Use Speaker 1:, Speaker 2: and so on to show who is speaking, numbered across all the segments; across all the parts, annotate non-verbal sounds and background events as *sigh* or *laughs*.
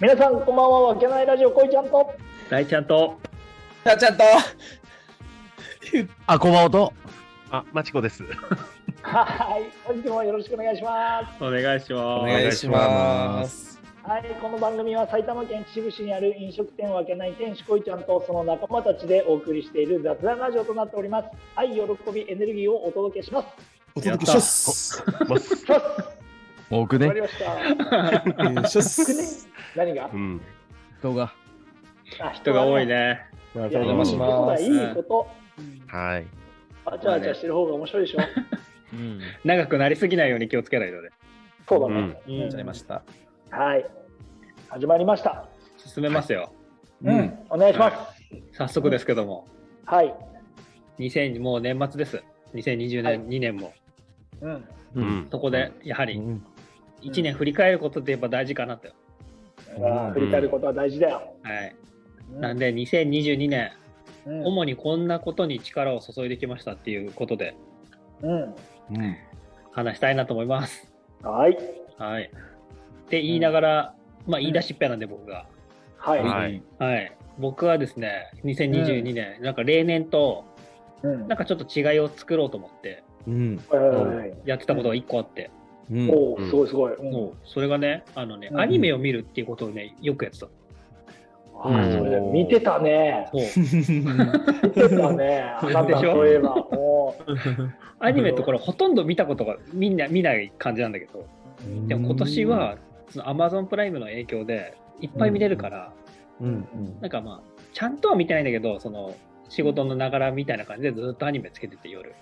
Speaker 1: 皆さんこんばんはわけないラジオこいちゃんと
Speaker 2: 大ちゃんと、
Speaker 3: なっちゃんと、
Speaker 4: あ、こばおと。
Speaker 5: あ、マチ
Speaker 1: *laughs*
Speaker 5: コです。
Speaker 1: はい本日もよろしくお願いします
Speaker 2: お願いします。
Speaker 3: お
Speaker 5: 願
Speaker 3: 願
Speaker 5: い
Speaker 3: い
Speaker 5: し
Speaker 3: し
Speaker 5: ま
Speaker 3: ます。
Speaker 1: はいこの番組は埼玉県秩父市にある飲食店わけない店主こいちゃんとその仲間たちでお送りしている雑談ラジオとなっております愛喜びエネルギーをお届けします
Speaker 3: お届けします。
Speaker 5: ます
Speaker 1: さ
Speaker 4: 僕
Speaker 1: 終わり。
Speaker 4: ね
Speaker 1: ました
Speaker 3: えーしょっす
Speaker 1: くね何が
Speaker 5: うん。
Speaker 4: 人が。
Speaker 1: あ
Speaker 2: 人が多いね。
Speaker 3: お
Speaker 1: いや
Speaker 3: 邪魔しま
Speaker 1: い
Speaker 3: す。
Speaker 1: いこと
Speaker 5: はい。
Speaker 1: あちゃあちゃしてる方が面白いでしょ
Speaker 4: うん。
Speaker 2: 長くなりすぎないように気をつけないとね。
Speaker 1: そうだね、
Speaker 4: うん
Speaker 3: やっちゃいました。
Speaker 1: はい始まりました
Speaker 2: 進めますよ。
Speaker 3: う。
Speaker 1: うんんお願いします
Speaker 2: 早速ですけども、
Speaker 1: はい、
Speaker 2: 2000もう年末です。2020
Speaker 1: はい
Speaker 2: 年、2年も。
Speaker 1: うん
Speaker 5: う
Speaker 4: うんん。
Speaker 2: そこで、やはり
Speaker 4: うん
Speaker 2: 1年振り返ることって言えば大事かなと。
Speaker 1: あー振り返ることは大事だよ、
Speaker 2: はい。なんで、2022年、
Speaker 1: うん
Speaker 2: 主にこんなことに力を注いできましたっていうことで
Speaker 1: うん、
Speaker 5: うん。
Speaker 2: 話したいなと思います。
Speaker 1: はい
Speaker 2: はい。って言いながら、まあ言い出しっぺなんで僕が。
Speaker 1: はい、
Speaker 5: はい。
Speaker 2: はい。僕はですね、2022年、なんか例年と、
Speaker 1: うん
Speaker 2: なんかちょっと違いを作ろうと思って、
Speaker 4: うん。
Speaker 1: はい
Speaker 2: やってたことが1個あって、
Speaker 4: うん
Speaker 1: おお
Speaker 5: うん
Speaker 1: すごいすごい、うん
Speaker 2: もうそれがね、あのね、
Speaker 1: うん
Speaker 2: アニメを見るっていうことをね、よくやってた。
Speaker 1: あーそれ
Speaker 4: うん
Speaker 1: 見てたね
Speaker 2: そう
Speaker 1: *laughs* 見てたねあなたそういえばも
Speaker 2: アニメとこれほとんど見たことがみんな見ない感じなんだけど、
Speaker 1: う
Speaker 2: でも今年は、その Amazon プライムの影響でいっぱい見れるから、
Speaker 4: うん。
Speaker 2: なんかまあ、ちゃんとは見てないんだけど、その仕事のながらみたいな感じでずっとアニメつけてて夜。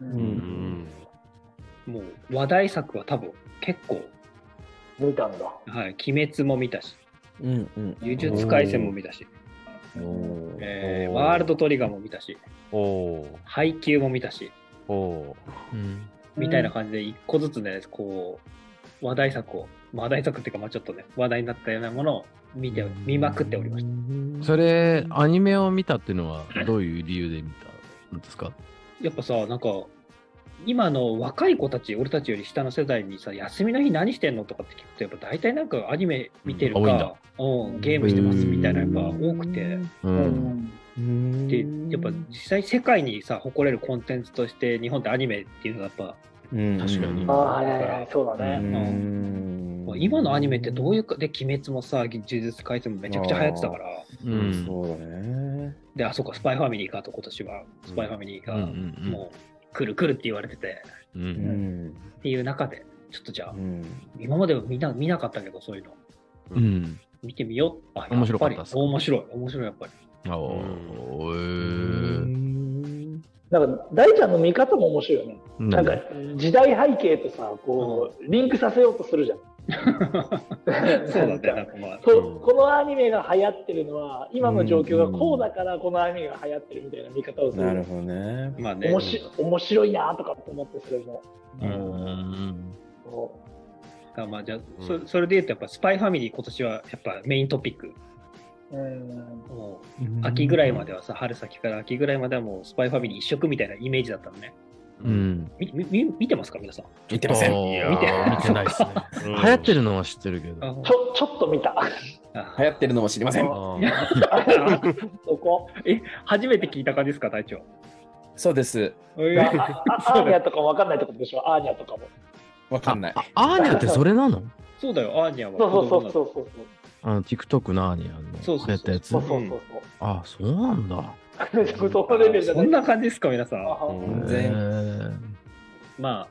Speaker 1: う
Speaker 4: う
Speaker 5: うんん。
Speaker 2: もう話題作は多分結構、
Speaker 1: 見たんだ
Speaker 2: はい、鬼滅も見たし、
Speaker 4: うん。うん。
Speaker 2: 呪術廻戦も見たし、
Speaker 4: おー
Speaker 2: えー
Speaker 5: おー
Speaker 2: ワールドトリガーも見たし、
Speaker 5: おおー。
Speaker 2: 配給も見たし、
Speaker 5: おお
Speaker 4: うん。
Speaker 2: みたいな感じで一個ずつね、こう、話題作を、話題作っていうか、まあちょっとね、話題になったようなものを見て、見まくっておりました。
Speaker 4: それ、アニメを見たっていうのは、どういう理由で見たんですか
Speaker 2: やっぱさ、なんか、今の若い子たち、俺たちより下の世代にさ、休みの日何してんのとかって聞くと、やっぱ大体なんかアニメ見てる
Speaker 4: うん多い
Speaker 2: か
Speaker 4: んだ、
Speaker 2: うん、ゲームしてますみたいな、やっぱ多くて、
Speaker 4: う。
Speaker 1: うんん
Speaker 2: で、やっぱ実際世界にさ、誇れるコンテンツとして、日本ってアニメっていうのがやっぱ、
Speaker 4: うん。確かに
Speaker 1: あーはいはいはいそうだね
Speaker 4: うん
Speaker 2: もう今のアニメってどういうか、で、鬼滅もさ、呪術廻戦もめちゃくちゃ流行ってたから、
Speaker 4: うん。
Speaker 3: そうだね。
Speaker 2: で、あ、そっか、スパイファミリーかと、今年は、スパイファミリー
Speaker 4: う
Speaker 2: が、
Speaker 4: ん
Speaker 2: もう、来る来るって言われてて、
Speaker 4: うんう。
Speaker 3: うんん。
Speaker 2: っていう中で、ちょっとじゃあ
Speaker 3: う、ん。
Speaker 2: 今までは見な見なかったけど、そういうの。
Speaker 4: うん。
Speaker 2: 見てみよう。あ
Speaker 4: 面白かった
Speaker 2: や
Speaker 4: っ
Speaker 2: ぱ
Speaker 4: す
Speaker 2: り面白い、面白い、やっぱり。
Speaker 4: あおー。
Speaker 1: なんか大ちゃんの見方も面白いよねな
Speaker 4: な
Speaker 1: ん
Speaker 4: ん
Speaker 1: か
Speaker 4: か、
Speaker 1: 時代背景とさこうリンクさせようとす *laughs* るじゃん
Speaker 2: そうだね、なんかまあ。
Speaker 1: *laughs* そうこのアニメが流行ってるのは今の状況がこうだからこのアニメが流行ってるみたいな見方をする
Speaker 3: なるほどね。
Speaker 2: まあね
Speaker 1: 面、白面白いなとかって思ってそれも
Speaker 4: うん。
Speaker 1: こ
Speaker 2: あまあじゃあ、そそれで言うと、やっぱスパイファミリー今年はやっぱメイントピック。
Speaker 1: ううん
Speaker 2: もう秋ぐらいまではさ、春先から秋ぐらいまではもうスパイファミリー一色みたいなイメージだったのね。
Speaker 4: うん。
Speaker 2: みみみ見てますか、皆さん。
Speaker 3: 見てません。
Speaker 4: いや
Speaker 2: 見て
Speaker 4: ー見てないですね。流行ってるのは知ってるけど。
Speaker 1: ちょちょっと見た
Speaker 2: あ
Speaker 3: 流行ってるのも知りません。
Speaker 5: あ
Speaker 2: いや
Speaker 1: そこ
Speaker 2: 初めて聞いた感じですか、隊
Speaker 4: *laughs*
Speaker 2: 長。
Speaker 3: そうです。
Speaker 1: あああアーニャとかも分かんないってことでしょアーニャとかも
Speaker 3: わかんない。
Speaker 4: あアーニャってそれなの
Speaker 2: そうだよ、アーニャは。。
Speaker 1: そうそうそううそう
Speaker 4: あの、TikTok のアーニャの
Speaker 2: そうそうそう
Speaker 4: やったやつ
Speaker 1: そうそう。そうそうそう
Speaker 4: あ、そうなんだ。
Speaker 1: そうそこレベルじゃ
Speaker 2: そ
Speaker 1: ない
Speaker 2: んな感じですか、皆さん。
Speaker 1: あ
Speaker 5: う
Speaker 3: 全
Speaker 5: ん
Speaker 4: へ
Speaker 3: 然。
Speaker 4: ー
Speaker 2: まあ、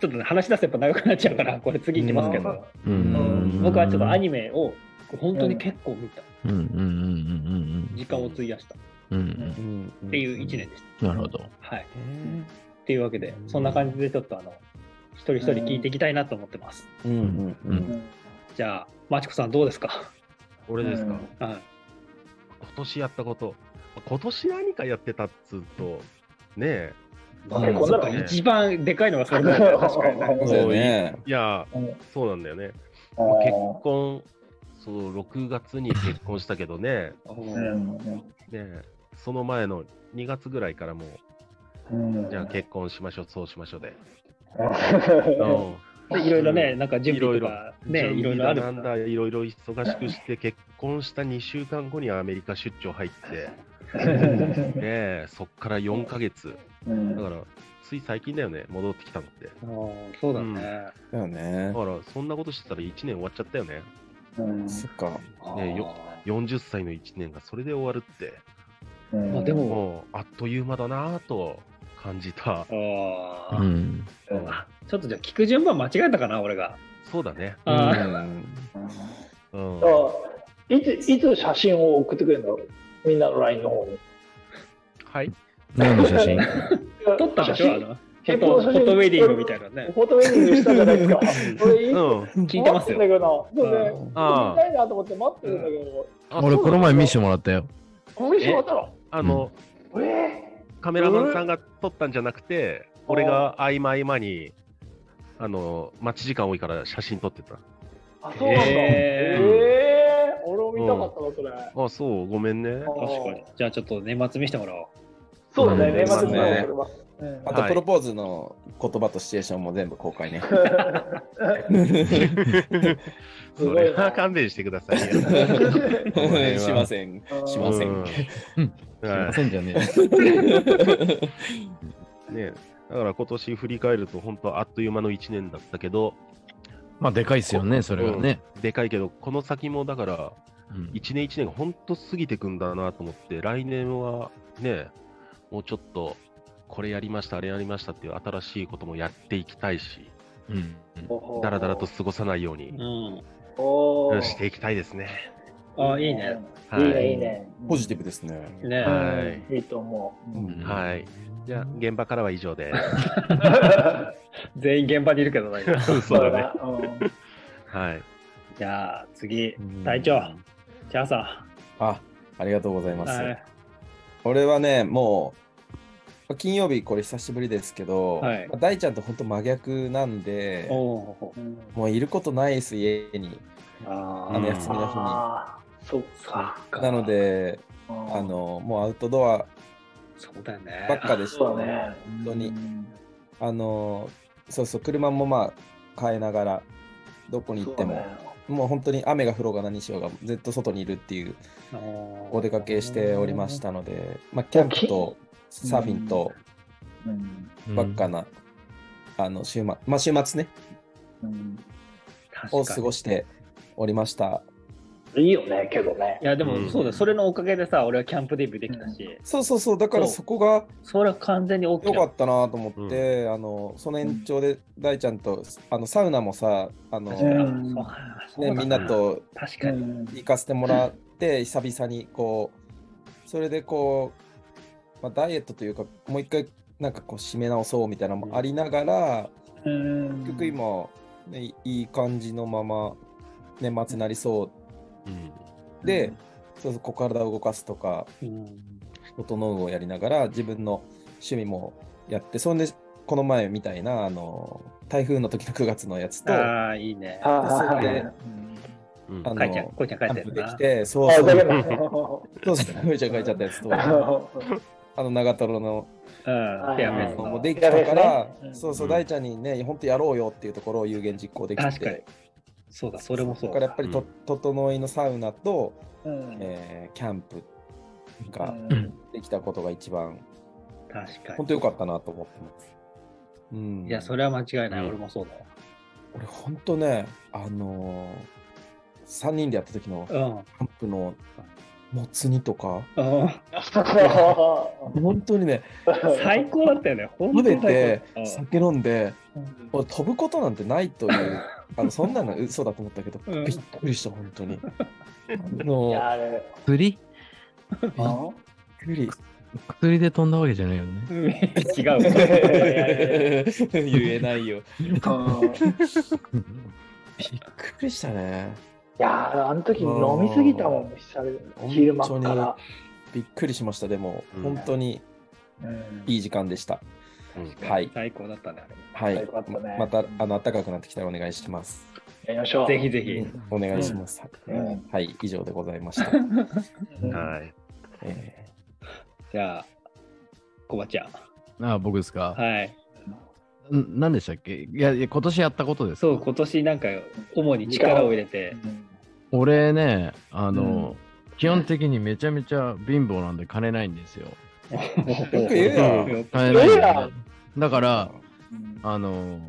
Speaker 2: ちょっとね、話し出すとやっぱ長くなっちゃうから、これ次行きますけど、
Speaker 4: う。
Speaker 1: うん
Speaker 2: 僕はちょっとアニメを本当に結構見た。
Speaker 4: メ。うんうんうんうん
Speaker 2: 時間を費やした。っ
Speaker 4: うんうん。うん
Speaker 3: ん。って
Speaker 2: いう1年でし
Speaker 4: うん。なるほど。
Speaker 2: た。はい。
Speaker 3: うん。
Speaker 2: っていうわけで、そんな感じでちょっとあの、一人一人聞いていきたいなと思ってます。
Speaker 3: うん。う
Speaker 4: うん
Speaker 3: ん。
Speaker 2: じゃあ、まちこさんどうですか
Speaker 5: 俺ですか。
Speaker 2: はい。
Speaker 5: 今年やったこと。今年何かやってたっつうと、ねえ。
Speaker 1: あ
Speaker 2: うん
Speaker 1: こんな
Speaker 2: そ
Speaker 1: の
Speaker 2: っか一番でかいのはそれだよね、確か
Speaker 1: *laughs*
Speaker 2: にね。
Speaker 3: そうだよね。
Speaker 5: いや
Speaker 1: うん、
Speaker 5: そうなんだよね。
Speaker 1: あ
Speaker 5: まあ結
Speaker 1: ー
Speaker 5: 婚、そう、6月に結婚したけどね。
Speaker 1: うん
Speaker 5: ねえその前の2月ぐらいからもう、
Speaker 1: うん
Speaker 5: じゃあ結婚しましょう、そうしましょうで。
Speaker 1: うん
Speaker 5: うん
Speaker 2: でいろいろね、なんか準
Speaker 5: いろ
Speaker 2: 備
Speaker 5: い
Speaker 2: と
Speaker 5: ろ
Speaker 2: か、ね、い
Speaker 5: 準
Speaker 2: ろい
Speaker 5: 備
Speaker 2: ろあ
Speaker 5: だ
Speaker 2: るか
Speaker 5: なん
Speaker 2: ら。
Speaker 5: だ、いろいろ忙しくして、結婚した2週間後にアメリカ出張入って、ねえ、そっから4ヶ月。
Speaker 1: うん
Speaker 5: だから、つい最近だよね、戻ってきたのって。
Speaker 2: あーそうだね。
Speaker 3: だよね
Speaker 5: だから、そんなことしてたら1年終わっちゃったよね。
Speaker 1: うん
Speaker 3: そっか
Speaker 5: ねよ
Speaker 2: あ
Speaker 5: 40歳の1年がそれで終わるって、
Speaker 1: うん
Speaker 2: まあでも
Speaker 5: もう、あっという間だなぁと感じた。
Speaker 2: ーあ
Speaker 4: う
Speaker 2: ー、
Speaker 4: ん。
Speaker 1: うん
Speaker 2: あちょっとじゃあ聞く順番間違えたかな、俺が。
Speaker 5: そうだね。
Speaker 3: う
Speaker 2: あ
Speaker 3: ん
Speaker 5: うん。
Speaker 1: そういついつ写真を送ってくれるのみんなの LINE の方に。
Speaker 5: はい。
Speaker 4: 何の写真
Speaker 2: ー撮ったでしょ、あのフ
Speaker 1: 結
Speaker 2: ォ
Speaker 1: 婚
Speaker 2: ト
Speaker 1: 写
Speaker 2: フ
Speaker 1: 真
Speaker 2: ォトウェディングみたいなね。
Speaker 1: フォトウェディングしたじゃないですか。俺いい
Speaker 5: うん。
Speaker 2: 聞いてま
Speaker 1: 待
Speaker 2: す
Speaker 1: ってんだ
Speaker 2: よ。
Speaker 1: けど、そうね、
Speaker 2: うん
Speaker 5: あ
Speaker 1: 見たいなと思って待ってるんだけど、
Speaker 5: あ
Speaker 4: 俺、
Speaker 5: そう
Speaker 4: この前見せてもらったよ。
Speaker 1: これしまったの
Speaker 5: あの、
Speaker 1: え
Speaker 5: カメラマンさんが撮ったんじゃなくて、
Speaker 1: うん
Speaker 5: 俺が合間合間に、あの、待ち時間多いから写真撮ってた。
Speaker 1: ー、あ、そうなんだ。
Speaker 2: え
Speaker 1: えー、
Speaker 2: ー
Speaker 1: 俺も見たかったわ、それ。
Speaker 5: あ、そう、ごめんね。
Speaker 2: 確かに。じゃあちょっと年末見せてもらおう。
Speaker 1: そうだね、年末
Speaker 3: うん
Speaker 1: にそれは。うん
Speaker 3: あ
Speaker 5: は
Speaker 3: と
Speaker 5: い
Speaker 3: プロポーズの言葉とシチュエーションも全部公開ね
Speaker 1: す
Speaker 5: そ
Speaker 1: ごい
Speaker 5: れ
Speaker 1: な
Speaker 5: は勘弁してください
Speaker 1: *laughs*
Speaker 5: よ。は
Speaker 3: しません
Speaker 1: うん
Speaker 3: しません
Speaker 5: うん
Speaker 4: ま
Speaker 5: は
Speaker 4: せんじゃね
Speaker 5: い。ねだから今年振り返ると、本当あっという間の1年だったけど、
Speaker 4: *laughs* まあ、でかいっすよね、それはね。
Speaker 5: でかいけど、この先もだから、
Speaker 4: うん
Speaker 5: 1年1年が本当過ぎてくんだなと思って、来年はね、もうちょっと、これやりました、あれやりましたっていう新しいこともやっていきたいし、
Speaker 4: うん。
Speaker 5: だらだらと過ごさないように
Speaker 2: うん。
Speaker 1: おー
Speaker 5: していきたいですね。
Speaker 2: ああ、いいね。。
Speaker 5: は
Speaker 1: い
Speaker 5: いい。
Speaker 1: ね、いいね。
Speaker 3: ポジティブですね
Speaker 2: ね
Speaker 1: うん
Speaker 5: はい
Speaker 1: いいと思う。 *laughs*
Speaker 3: うん
Speaker 5: はい。じゃあ、現場からは以上で。
Speaker 2: 全員現場にいるけど
Speaker 3: *laughs*
Speaker 2: な、今
Speaker 5: そうだね。
Speaker 1: ね。
Speaker 5: はい。
Speaker 2: じゃあ次、隊長、チャーさ
Speaker 3: あありがとうござい
Speaker 2: ん。
Speaker 3: ます、
Speaker 2: はい。
Speaker 3: 俺はねもう金曜日これ久しぶりですけど、
Speaker 2: はい
Speaker 3: まあ大ちゃんと本当真逆なんで
Speaker 2: おおー。
Speaker 1: うん
Speaker 3: もういることないです家に
Speaker 2: あ
Speaker 3: あの
Speaker 5: うん
Speaker 3: 休みの日に
Speaker 1: ああ、そっか。
Speaker 2: あ
Speaker 3: なの、で
Speaker 1: あ
Speaker 3: あ、のもうアウトドア
Speaker 2: そうだよね。
Speaker 3: ばっかでした
Speaker 1: そうだね。
Speaker 3: 本当にあのそうそう車もまあ変えながらどこに行っても、もう本当に雨が降ろうが何しようがずっと外にいるっていうお出かけしておりましたので、まあ、キャンプとサーフィンと
Speaker 1: うん
Speaker 3: ばっかな、あの週末、まあ、週末ね
Speaker 1: うん
Speaker 2: た
Speaker 3: を過ご
Speaker 2: し
Speaker 3: しておりました
Speaker 1: いいよね、けどね
Speaker 2: い。やでも、
Speaker 5: うん
Speaker 2: そうだよそれのおかげでさ俺はキャンプデビューできたし、
Speaker 3: そうそうそうだから
Speaker 2: そう
Speaker 3: そこが
Speaker 2: それは完全に大き
Speaker 3: 良
Speaker 2: な
Speaker 3: かったなと思って、あのその延長で大ちゃんとあのサウナもさあの、
Speaker 2: 確か
Speaker 3: ね、
Speaker 2: に、
Speaker 1: うん
Speaker 2: そうあーそうだ
Speaker 3: みんなと
Speaker 2: 確かに、
Speaker 3: 行かせてもらって久々にこうそれでこう、まあ、ダイエットというかもう一回なんかこう締め直そうみたいなのもありながら、
Speaker 1: 結
Speaker 3: 結局、今、ね、いいい感じのまま年末になりそう
Speaker 5: うん。
Speaker 3: で、そうそうこう体を動かすとか
Speaker 2: うん
Speaker 3: 整うをやりながら自分の趣味もやってそんでこの前みたいなあの台風の時の9月のやつとあ
Speaker 2: ああいいね
Speaker 1: ああ、
Speaker 3: そう
Speaker 1: はい
Speaker 3: で
Speaker 5: うん
Speaker 3: の
Speaker 2: かいちゃんこいちゃん帰っ
Speaker 3: キャ
Speaker 2: て
Speaker 3: ンプ
Speaker 2: る
Speaker 3: で
Speaker 2: な
Speaker 3: きてそう
Speaker 1: あ
Speaker 3: そ
Speaker 1: だけ
Speaker 3: う
Speaker 1: だ。
Speaker 3: そうそうめちゃ書いちゃったやつ
Speaker 1: *laughs*
Speaker 3: とあの長瀞の
Speaker 2: うんフェアフェス
Speaker 3: も
Speaker 2: の
Speaker 3: うもうできたから、
Speaker 1: うん
Speaker 3: そうそうう、
Speaker 5: ん
Speaker 3: 大ちゃんにね、本当やろうよっていうところを有言実行できて、
Speaker 2: 確かにそうだそれもそう
Speaker 3: だからやっぱりと、
Speaker 5: うん
Speaker 3: 整いのサウナと、
Speaker 1: うん
Speaker 3: えーキャンプ
Speaker 1: う
Speaker 3: が
Speaker 1: ん
Speaker 3: できたことが一番、
Speaker 2: 確か
Speaker 3: 本
Speaker 2: に
Speaker 3: 当良かったなと思ってます。うん、
Speaker 2: いやそれは間違いない、
Speaker 5: うん
Speaker 2: 俺もそうだよ
Speaker 3: 俺、本当ね、あの3人でやった時のキャンプのもつ煮とか、
Speaker 2: うん、うん、
Speaker 3: 本当にね、
Speaker 2: 最高だったよね本当
Speaker 3: 食べ
Speaker 2: に最
Speaker 3: て
Speaker 2: 高、
Speaker 3: 酒飲んで、
Speaker 2: うん
Speaker 3: 俺飛ぶことなんてないという、あのそんなの嘘だと思ったけど、
Speaker 2: うん
Speaker 3: びっくりした、本
Speaker 1: *laughs*
Speaker 3: 当に。あの
Speaker 1: いやあれ
Speaker 4: 釣り
Speaker 1: うん
Speaker 3: びっくり。
Speaker 4: 釣りで飛んだわけじゃないよ *laughs* ね。
Speaker 2: うん違う
Speaker 1: いやいやいやいや
Speaker 3: *laughs* 言えないよ。
Speaker 1: うん
Speaker 3: びっくりしたね。
Speaker 1: いやーあの時飲みすぎたもん、久々昼間から。
Speaker 3: びっくりしました。でも、
Speaker 5: うん
Speaker 3: 本当に
Speaker 1: うん
Speaker 3: いい時間でした。
Speaker 5: うん
Speaker 3: はい。
Speaker 2: 最高だったねあれ
Speaker 3: はい。
Speaker 1: よかったね
Speaker 3: また、あの、暖かくなってきたらお願いします。
Speaker 1: やりましょう。
Speaker 2: ぜひぜひ。
Speaker 3: お願いします。
Speaker 1: うん
Speaker 3: はい。以上でございました。
Speaker 1: うん
Speaker 5: はい。
Speaker 3: え
Speaker 2: じゃあ、コバちゃん。
Speaker 4: ああ、僕ですか。
Speaker 2: はい。
Speaker 4: ん何でしたっけいやいや、今年やったことです
Speaker 2: そ
Speaker 4: か
Speaker 2: う、今年なんか、主に力を入れて。
Speaker 4: 俺ね、あの、基本的にめちゃめちゃ貧乏なんで金ないんですよ。
Speaker 1: そ
Speaker 3: く言うよ
Speaker 4: 金ないん
Speaker 1: うや
Speaker 4: で、だから、
Speaker 1: うん
Speaker 4: あの、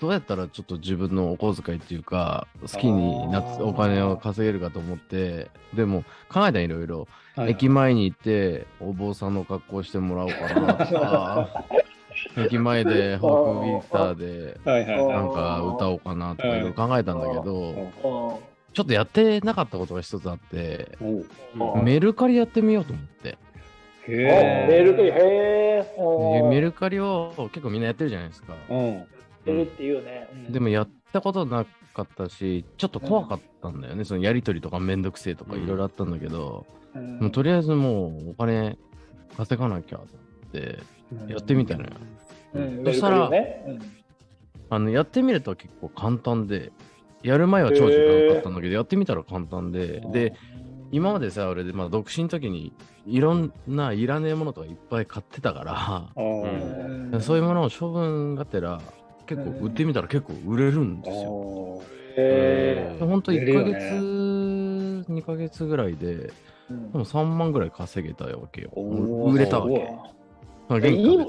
Speaker 4: どうやったらちょっと自分のお小遣いっていうか、好きにな
Speaker 2: あ
Speaker 4: っ
Speaker 2: ー
Speaker 4: お金を稼げるかと思って、でも考えたんいろいろ、
Speaker 2: はい
Speaker 4: 駅前に行って、お坊さんの格好してもらおうかなと
Speaker 2: *laughs*
Speaker 4: か、駅前でフォークギターで
Speaker 2: はいはいはい
Speaker 4: なんか歌おうかなとかいろいろ考えたんだけど、
Speaker 1: うん
Speaker 4: ちょっとやってなかったことが一つあって、
Speaker 2: おう
Speaker 1: うん
Speaker 4: メルカリやってみようと思って。
Speaker 2: へ
Speaker 1: おメルクリ、へえ。
Speaker 4: でメ
Speaker 1: ル
Speaker 4: ルカリを結構みんなやってるじゃないですか。
Speaker 2: うん。
Speaker 1: クリっていうね。うん
Speaker 4: でもやったことなかったし、ちょっと怖かったんだよね。そのやりとりとかめんどくせえとかいろいろあったんだけど、
Speaker 1: うん
Speaker 4: もうとりあえずもうお金稼がなきゃと思ってやってみたのよ。
Speaker 1: うん
Speaker 4: そしたら
Speaker 1: メルクリね
Speaker 4: あのやってみると結構簡単で、やる前は超時間かかったんだけど、やってみたら簡単で、で、今までさ、俺で、まあ、独身の時にいろんないらねえものとかいっぱい買ってたか
Speaker 2: あ
Speaker 1: う
Speaker 2: ー
Speaker 1: ん
Speaker 4: ら、そういうものを処分がてら、結構売ってみたら結構売れるんですよ。
Speaker 2: おー
Speaker 1: へ
Speaker 4: ほんと
Speaker 2: 売れ
Speaker 4: 1
Speaker 2: る
Speaker 4: ヶ
Speaker 2: よね
Speaker 4: 月、2ヶ月ぐらいで、で
Speaker 1: ーうん
Speaker 4: も3万ぐらい稼げたわけよ。
Speaker 2: おー
Speaker 4: 売れたわ
Speaker 2: すごい
Speaker 4: け。まあ、
Speaker 1: え
Speaker 4: 原価は別
Speaker 1: い
Speaker 4: に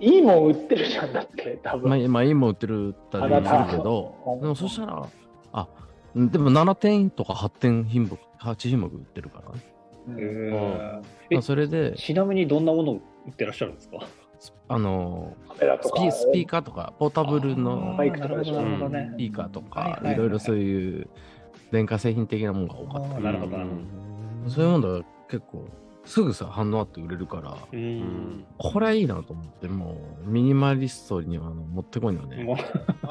Speaker 1: いいもん売ってるじゃんだって、多分。
Speaker 4: まあ、まあ、今売ってるったりもするけど
Speaker 1: あなた、
Speaker 4: でもそしたら、あ、でも7点とか8点品目、8品目売ってるからね。
Speaker 1: うん
Speaker 2: へーえ
Speaker 4: まあそれで、
Speaker 2: ちなみにどんなものを売ってらっしゃるんですか
Speaker 4: あの
Speaker 1: カメラ
Speaker 4: ス
Speaker 1: とか
Speaker 4: ピ、スピーカーとか、ポータブルの
Speaker 1: マイクとかでしょ
Speaker 2: なるほどなるほどね
Speaker 4: スピーカーと
Speaker 2: はいは
Speaker 4: か
Speaker 2: いは、い
Speaker 4: いろいろそういう電化製品的なものが多かった
Speaker 2: あー
Speaker 4: り。
Speaker 2: なるほどなるほ
Speaker 4: うんそういうものが結構、すぐさ反応あって売れるから、
Speaker 2: う
Speaker 5: うんん。
Speaker 4: これはいいなと思って、もうミニマリストにはあの持ってこいのね、
Speaker 2: も
Speaker 1: *laughs*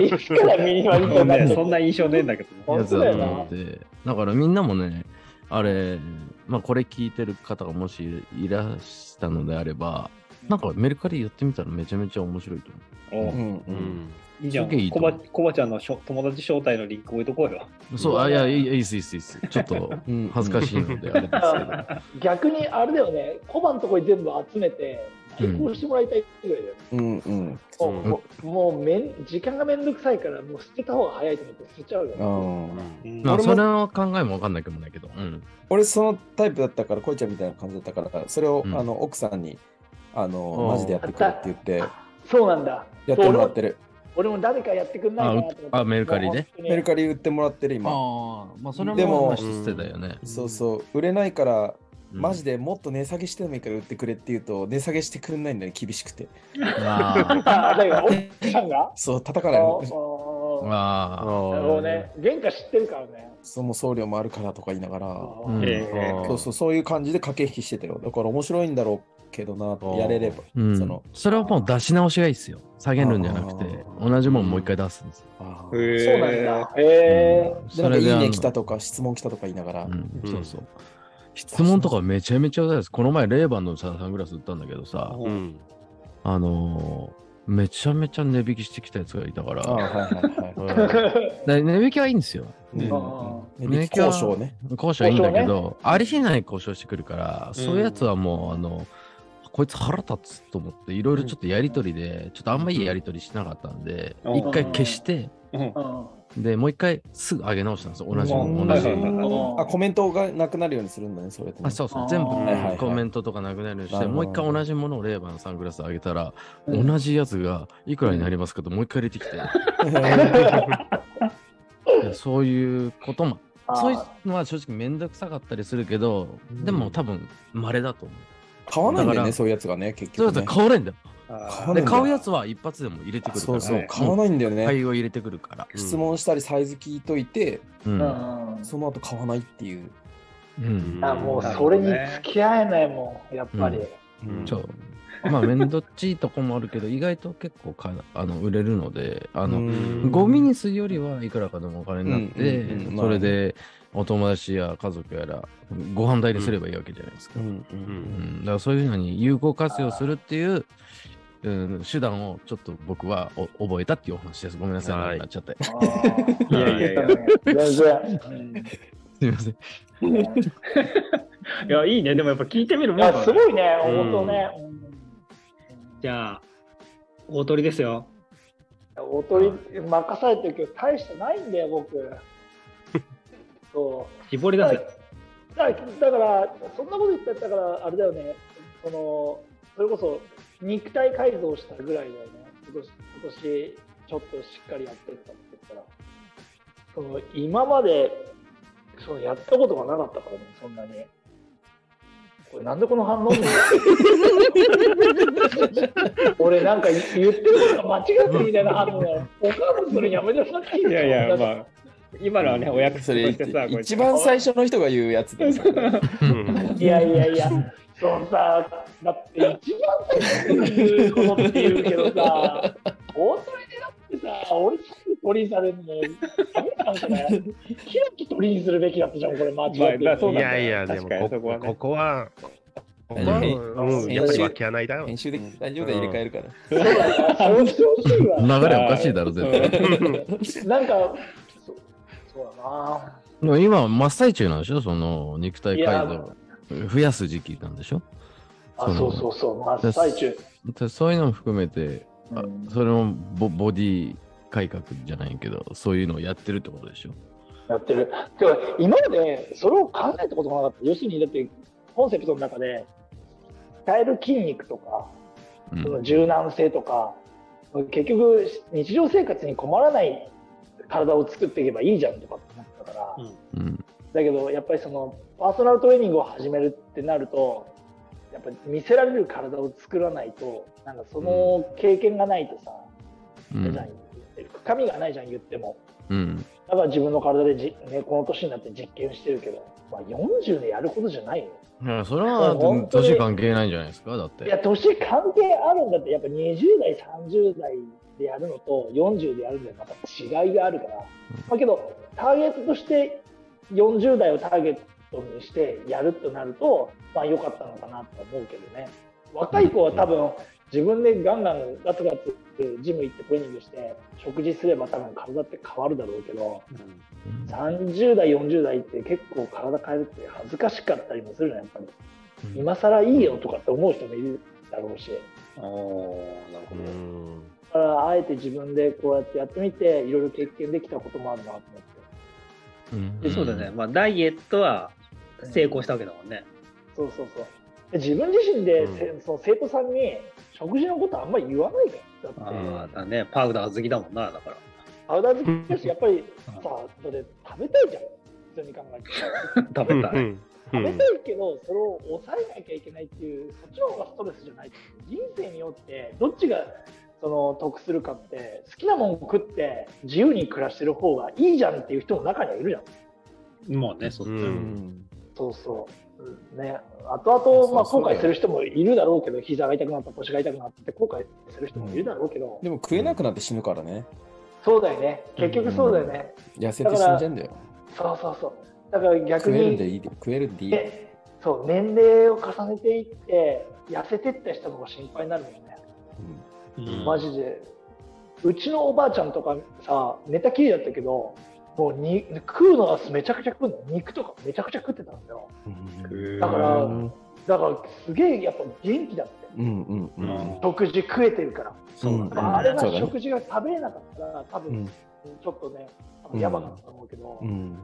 Speaker 1: いつからミニマリスト
Speaker 2: う
Speaker 1: になって
Speaker 2: ね、
Speaker 1: る
Speaker 2: そんな印象ねえんだけどね。
Speaker 1: 本
Speaker 4: やつ
Speaker 1: 当
Speaker 4: だ
Speaker 1: だ
Speaker 4: と
Speaker 1: よ
Speaker 4: 思
Speaker 1: な
Speaker 4: っ。て、だからみんなもね、あれ、まあこれ聞いてる方がもしいらしたのであれば、なんかメルカリやってみたらめちゃめちゃ面白いと思
Speaker 2: お
Speaker 3: う
Speaker 2: ー
Speaker 3: ん
Speaker 5: う
Speaker 3: うん
Speaker 5: ん。
Speaker 2: いいじゃん。
Speaker 4: すげえいいと
Speaker 2: コ
Speaker 4: 思
Speaker 2: バ
Speaker 4: う
Speaker 2: コバちゃんのしょ友達招待のリンク置いとこうよ。
Speaker 4: う。そう、あ、いや、いいいいです、いいです、いいです。ちょっと
Speaker 3: うん
Speaker 4: 恥ずかしいのであれです
Speaker 1: 逆にあれだよね、小判のとこに全部集めて、結婚してもらいたいぐらいだよね。
Speaker 3: うんうん
Speaker 1: もう
Speaker 5: うん
Speaker 1: もうもうめん時間がめんどくさいから、もう捨てた方が早いと思って捨てちゃうよ
Speaker 3: う
Speaker 1: ね。
Speaker 3: ん
Speaker 5: うん
Speaker 4: けど、まあ
Speaker 3: 俺も
Speaker 4: それの考えもわかんないかもないけど、うん。
Speaker 3: 俺そのタイプだったから、こいちゃんみたいな感じだったから、それを、
Speaker 4: うん
Speaker 3: あの奥さんにあの
Speaker 4: あー
Speaker 3: マジでやってくれって言って、
Speaker 1: そうなんだ。
Speaker 3: やってもらって
Speaker 1: る。
Speaker 3: る。
Speaker 1: 俺も誰かやってくんないかなと思って。
Speaker 4: あうあメルカリね
Speaker 3: メル
Speaker 1: リ。
Speaker 3: カリ売ってもらってる今。
Speaker 4: ああ、まあ
Speaker 3: それもでもまあ
Speaker 5: 一つ手だよ
Speaker 4: ね。
Speaker 3: そうそう、売れないから、マジでもっと値下げしてもいいから売ってくれって言うと、値下げしてくれないんだよ、厳しくて。
Speaker 4: あ
Speaker 1: あ、だから奥さんが
Speaker 3: そう、叩か
Speaker 1: あ
Speaker 3: ない
Speaker 1: あ
Speaker 3: の。
Speaker 4: ー
Speaker 1: あ
Speaker 5: あ
Speaker 4: あ
Speaker 1: ーなるほどね。原価知ってるからね。
Speaker 3: そうもう送料もあるからとか言いながら、
Speaker 4: うん
Speaker 2: ええ
Speaker 5: ー
Speaker 3: そうそう、そういう感じで駆け引きしてたよ。だから面白いんだろうけどなって、やれれば。
Speaker 4: ー、うん、
Speaker 3: その
Speaker 4: それはもう出し直しがいいっすよ。下げるんじゃなくて、
Speaker 3: あ
Speaker 4: 同じもんもう一回出すんですよ。
Speaker 3: あ
Speaker 2: へ
Speaker 3: ー
Speaker 2: ー
Speaker 1: そうなんだ。へ
Speaker 4: うん
Speaker 3: で、なんかいい
Speaker 4: あの
Speaker 3: ね来たとか、質問来たとか言いながら。
Speaker 4: うん
Speaker 5: うん
Speaker 4: そうそう。質問とかめちゃめちゃうざいです。この前、レーバンのさサングラス売ったんだけどさ、
Speaker 5: う
Speaker 2: うん
Speaker 5: ん。
Speaker 4: あのーめちゃめちゃ値引きしてきたやつがいたか
Speaker 3: ああ、
Speaker 4: ら、
Speaker 3: はい
Speaker 4: *laughs*
Speaker 3: はいはい。
Speaker 1: え。
Speaker 4: で値引きはいいんですよ。
Speaker 3: うん
Speaker 1: あ
Speaker 3: うん値引き交渉ね。
Speaker 4: 交渉はいいんだけど、ありしない交渉してくるから、そういうやつはもう、あの、こいつ腹立つと思って、いろいろちょっとやりとりで、ちょっとあんまいいやりとりしなかったんで、
Speaker 2: うん
Speaker 4: 一回消して、
Speaker 2: うん
Speaker 1: うん
Speaker 4: で、もう一回すぐ上げ直したんですよ。同じ
Speaker 3: う
Speaker 4: も
Speaker 3: ん
Speaker 4: の、同じ
Speaker 2: はいはい
Speaker 4: もの。
Speaker 1: はい
Speaker 3: あ、コメントがなくなるようにするんだね、それってね。*laughs*
Speaker 4: あそうそう
Speaker 1: あー
Speaker 4: 全
Speaker 2: はいはい
Speaker 3: はい
Speaker 4: 部コメントとかなくなるようにし
Speaker 3: な
Speaker 4: て
Speaker 3: るほ
Speaker 4: も
Speaker 3: ど
Speaker 4: う一回同じものをレーバーのサングラス上げたら、
Speaker 1: うん
Speaker 4: 同じやつがいくらになりますかともう一回出てきて、いやそういうこともそういうのは正直めんどくさかったりするけど、
Speaker 5: うん
Speaker 4: でも多分稀だと思う
Speaker 3: 買わないんだよ
Speaker 4: だか
Speaker 3: ね、
Speaker 4: ら
Speaker 3: そういうやつがね、結
Speaker 4: そうい
Speaker 3: 局ね
Speaker 4: うやつ。は買われんだよ
Speaker 2: あ
Speaker 3: 買
Speaker 2: ー
Speaker 3: わな
Speaker 4: で
Speaker 3: いんだ
Speaker 4: 買うやつは一発でも入れてくるか
Speaker 3: そ
Speaker 4: ら
Speaker 3: うそう
Speaker 2: ね、
Speaker 3: 買わないんだよね。
Speaker 4: 買を入れてくるから、
Speaker 3: 質問したり、サイズ聞いといて、
Speaker 4: うん
Speaker 1: うん
Speaker 3: その後買わないっていう。
Speaker 4: うん
Speaker 1: あもうそれに付き合えないもん、やっぱり。
Speaker 5: うん
Speaker 4: そうまあめんどっちいとこもあるけど意外と結構かあの売れるのであの、
Speaker 3: うん
Speaker 4: ゴミにするよりはいくらかでもお金になって、
Speaker 3: うんうんうん
Speaker 4: それでお友達や家族やらご飯代ですればいいわけじゃないですか。
Speaker 3: う
Speaker 4: うん
Speaker 3: んう
Speaker 5: うんん。
Speaker 4: だからそういうのに有効活用するっていう、うん、手段をちょっと僕はお覚えたっていうお話です。ごめんなさい、
Speaker 5: はい
Speaker 4: なっちゃって。
Speaker 1: あー
Speaker 2: いやいやいや。
Speaker 1: 全然。
Speaker 4: すみません。
Speaker 1: うん
Speaker 2: いや、いいね。でもやっぱ聞いてみる
Speaker 1: い
Speaker 2: もんだ
Speaker 1: や
Speaker 2: ね
Speaker 1: すごいね、
Speaker 5: うん
Speaker 1: 本当ね。うん
Speaker 2: じゃあ、大鳥ですよ。
Speaker 1: おとり任されてるけど、大してないんだよ、
Speaker 2: *laughs*
Speaker 1: 僕。そう
Speaker 2: 絞り
Speaker 1: だ
Speaker 2: 出
Speaker 1: か
Speaker 2: せ
Speaker 1: ら。だだから、そんなこと言ったったから、あれだよね、そのそれこそ肉体改造したぐらいだよね、今年今年ちょっとしっかりやってったって言ったら、その今までそのやったことがなかったからね、そんなに。これなんでこの反応俺なんか言ってることが間違ってるみたいな反応だよ。お母さんそれやめなさいよ
Speaker 2: いやいや、まあ、今のはね、お約
Speaker 3: そ
Speaker 2: 束と
Speaker 3: れ
Speaker 2: してさ、こうやって
Speaker 3: 一番最初の人が言うやつですよね。
Speaker 5: うん
Speaker 1: いやいやいや、 *laughs* そうさ、だって一番最初に言うことって言うけどさ、大鳥でだってさ、俺最後鳥にされるの、ダメなんじゃないキラキ鳥にするべきだったじゃん、これ、間違えて。
Speaker 2: まあまあそう
Speaker 5: い
Speaker 2: なんだ
Speaker 5: やいや、で
Speaker 2: 確
Speaker 5: も
Speaker 2: かに
Speaker 5: こ
Speaker 2: そこは
Speaker 5: こ
Speaker 2: ね
Speaker 5: ここは、ここは、
Speaker 4: うん
Speaker 5: うん、やっぱり脇穴いだよ。
Speaker 3: 編集で大丈夫だよ入れ替えるから。
Speaker 1: そうしてほしいわ。
Speaker 4: 流れおかしいだろ、絶
Speaker 3: *laughs*
Speaker 4: 対。
Speaker 1: なんか、そうそうだな。
Speaker 4: でも今、真っ最中なんでしょその肉体
Speaker 1: い
Speaker 4: 改
Speaker 1: や
Speaker 4: 造。増やす時期なんでしょ
Speaker 1: あ、そうそうそう、真っ最中。
Speaker 4: でそういうのも含めて、あ
Speaker 1: うん
Speaker 4: それもボボディ改革じゃないけど、そういうのをやってるってことでしょ
Speaker 1: やってる。てか今までそれを考えたこともなかった。要するに、だってコンセプトの中で、使える筋肉とか、
Speaker 4: うん
Speaker 1: その柔軟性とか、結局、日常生活に困らない体を作っていけばいいじゃんとかってなったから、
Speaker 2: うん
Speaker 4: うん
Speaker 1: だけど、やっぱりそのパーソナルトレーニングを始めるってなると、やっぱり見せられる体を作らないと、なんかその経験がないとさ、
Speaker 4: う
Speaker 1: あれじゃん
Speaker 4: ん。
Speaker 1: 深みがないじゃん、言っても。
Speaker 4: うん。
Speaker 1: だから自分の体でじ、ね、この年になって実験してるけど、まあ、40でやることじゃないよ。
Speaker 4: いや、それは
Speaker 1: もう本当に
Speaker 4: 年関係ないんじゃないですかだっ
Speaker 1: いや、
Speaker 4: て。
Speaker 1: 年関係あるんだって、やっぱ20代、30代でやるのと40でやるのでまた違いがあるから。まあ、けど、ターゲットとして40代をターゲットにしてやるとなると、まあ良かったのかなと思うけどね。若い子は多分、自分でガンガンガツガツジム行ってトレーニングして、食事すれば多分体って変わるだろうけど、
Speaker 4: うん
Speaker 1: 30代40代って結構体変えるって恥ずかしかったりもするじゃんやっぱり
Speaker 4: うん
Speaker 1: 今更いいよとかって思う人もいるだろうし
Speaker 2: おーなる
Speaker 5: う
Speaker 2: ほど。
Speaker 5: ん
Speaker 1: だからあえて自分でこうやってやってみていろいろ経験できたこともあるなと思って
Speaker 2: でそうだね、。まあ、ダイエットは成功したわけだもんね。
Speaker 1: そうそうそうで自分自身で、
Speaker 5: うん
Speaker 1: せその生徒さんに食事のことあんまり言わないからだって
Speaker 2: ああ、だね、パウダー好きだもんな、だから。
Speaker 1: パウダー好きだしやっぱりさそれ食べたいじゃん普通に考えて
Speaker 2: 食べたい。
Speaker 5: うんう
Speaker 1: 食べ
Speaker 5: ん
Speaker 1: たいけど、それを抑えなきゃいけないっていう、そっちの方がストレスじゃない。人生によって、どっちがその得するかって、好きなもんを食って、自由に暮らしてる方がいいじゃんっていう人も中にはいるじゃん。
Speaker 2: もうね、そっち。
Speaker 5: う
Speaker 3: うんん
Speaker 1: そうそう。ね、後々、まあ、
Speaker 3: そうそう
Speaker 1: 後悔する人もいるだろうけど、膝が痛くなった、腰が痛くなったって後悔する人もいるだろうけど、
Speaker 3: でも食えなくなって死ぬからね。
Speaker 1: そうだよね。結局そうだよね。
Speaker 3: 痩せて死んじゃうんだよ。
Speaker 1: そうそうそう。だから逆
Speaker 3: 食える
Speaker 1: に
Speaker 3: んでいいで食えるんでいいよ。
Speaker 1: でそう年齢を重ねていって痩せてった人の方が心配になるもんね
Speaker 2: うん
Speaker 1: マジでうちのおばあちゃんとかさ寝たきりだったけどもうに食うのはめちゃくちゃ食うの肉とかめちゃくちゃ食ってたんだよだから
Speaker 3: うん
Speaker 1: だからすげえやっぱ元気だって
Speaker 3: うんうんう。
Speaker 2: うんん
Speaker 1: 食事食えてるから、
Speaker 3: そうだね
Speaker 1: あれが
Speaker 3: そうだね
Speaker 1: 食事が食べれなかったら多
Speaker 3: うん
Speaker 1: 分ちょっとね、やばかったと思うけど、
Speaker 3: うん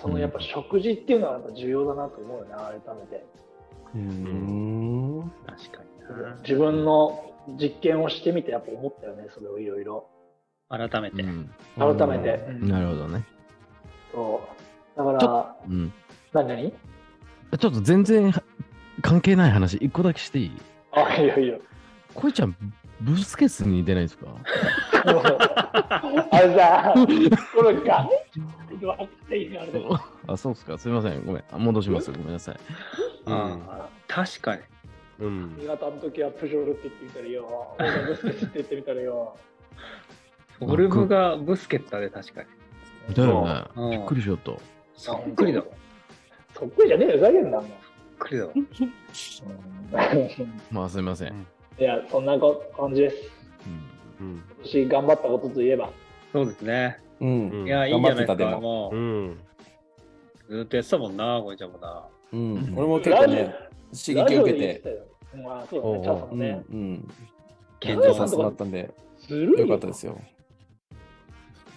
Speaker 1: そのやっぱ食事っていうのはやっぱ重要だなと思うよね改めて。
Speaker 3: うん
Speaker 2: 確か
Speaker 1: 自分の実験をしてみてやっぱ思ったよねそれをいろいろ
Speaker 2: にな。改めて。
Speaker 4: うん
Speaker 1: 改めて、
Speaker 4: うんなるほどね。
Speaker 1: そうだから
Speaker 4: うん。
Speaker 1: 何何 *laughs*
Speaker 4: ちょっと全然関係ない話、一個だけしていい
Speaker 1: あいやいや
Speaker 4: こいちゃん、ブスケスに出ないです *laughs* か
Speaker 1: あれ
Speaker 3: *laughs*
Speaker 1: さこれ画面ちょっと分かっていいのあれだけど
Speaker 4: あ、そうっすか。すみません。ごめん。あ戻します。ごめんなさい。
Speaker 5: うん
Speaker 2: あー確かに。
Speaker 5: うん
Speaker 1: 新潟の時はプジョールって言ってみたらよオーガブスケスって言ってみたらよ
Speaker 2: フォルムがブスケットだね、確かに。
Speaker 4: だよ
Speaker 2: うん
Speaker 4: ね。びっくりしちゃった。
Speaker 2: そっくりだわ。
Speaker 1: そっくりじゃねえよふざけんなも
Speaker 2: そっくりだわ。
Speaker 1: う
Speaker 4: まあ、すみません。
Speaker 1: いやそんなこ感じです
Speaker 4: うん
Speaker 5: うん
Speaker 1: 今年頑張ったことといえば
Speaker 2: そうですね。
Speaker 3: う
Speaker 5: うんん
Speaker 2: いや、いいじゃないです
Speaker 3: 頑張ってたで
Speaker 2: か。
Speaker 3: も
Speaker 2: も
Speaker 5: う
Speaker 2: う、
Speaker 5: ん
Speaker 2: ずっとやってたもんな、こいちゃんもな。
Speaker 3: うん俺も結構ね刺激を受けて
Speaker 1: ラジオで言ってたようんあそうだねチャンさんもね
Speaker 3: うん検
Speaker 1: 検
Speaker 3: 討
Speaker 1: 討さ
Speaker 3: さ
Speaker 1: んと
Speaker 3: せてもら
Speaker 1: か
Speaker 3: ったんで、
Speaker 1: ずるい
Speaker 3: よかったですよ。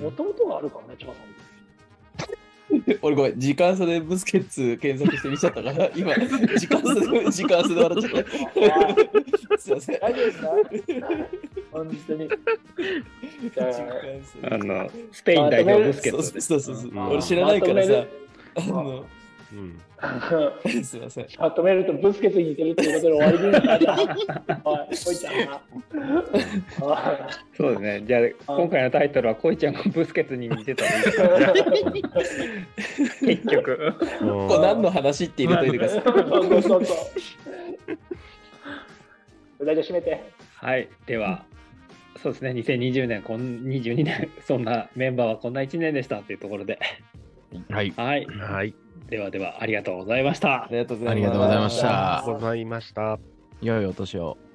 Speaker 1: もともとはあるからね、チャーさん。
Speaker 3: 俺ごめん、時間差でブスケッツ検索してみちゃったから、今、時間差で、時間差で笑っちゃ
Speaker 1: あ
Speaker 3: った。すいません。
Speaker 1: 大丈夫ですか本当に。
Speaker 3: 時間差で
Speaker 2: あの、スペイン代表ブスケットで
Speaker 3: そうそうそうそうう。
Speaker 2: ん
Speaker 3: 俺知らないからさ、あ
Speaker 1: とめる
Speaker 3: の、
Speaker 5: うん。
Speaker 3: すいません。
Speaker 1: まとめるとブスケツに似てるってことで終わりですから。おい、おいちゃんな。
Speaker 2: そうですね。じゃあ、今回のタイトルは、こいちゃんがブスケットに似てたの結局。
Speaker 3: これ何の話って入れといてください。
Speaker 1: お *laughs* いそうそうそう。大丈夫、閉めて。
Speaker 2: はい。では、そうですね。2020年、こん22年、 *laughs* そんなメンバーはこんな1年でしたっていうところで。
Speaker 4: はい。
Speaker 2: はい。
Speaker 5: はい。
Speaker 2: ではでは、ありがとうございました
Speaker 3: あ。りがとうご
Speaker 4: ありがとうございまし
Speaker 5: ありが
Speaker 4: た
Speaker 5: とう。ございました。
Speaker 4: 良いお年を。
Speaker 1: 「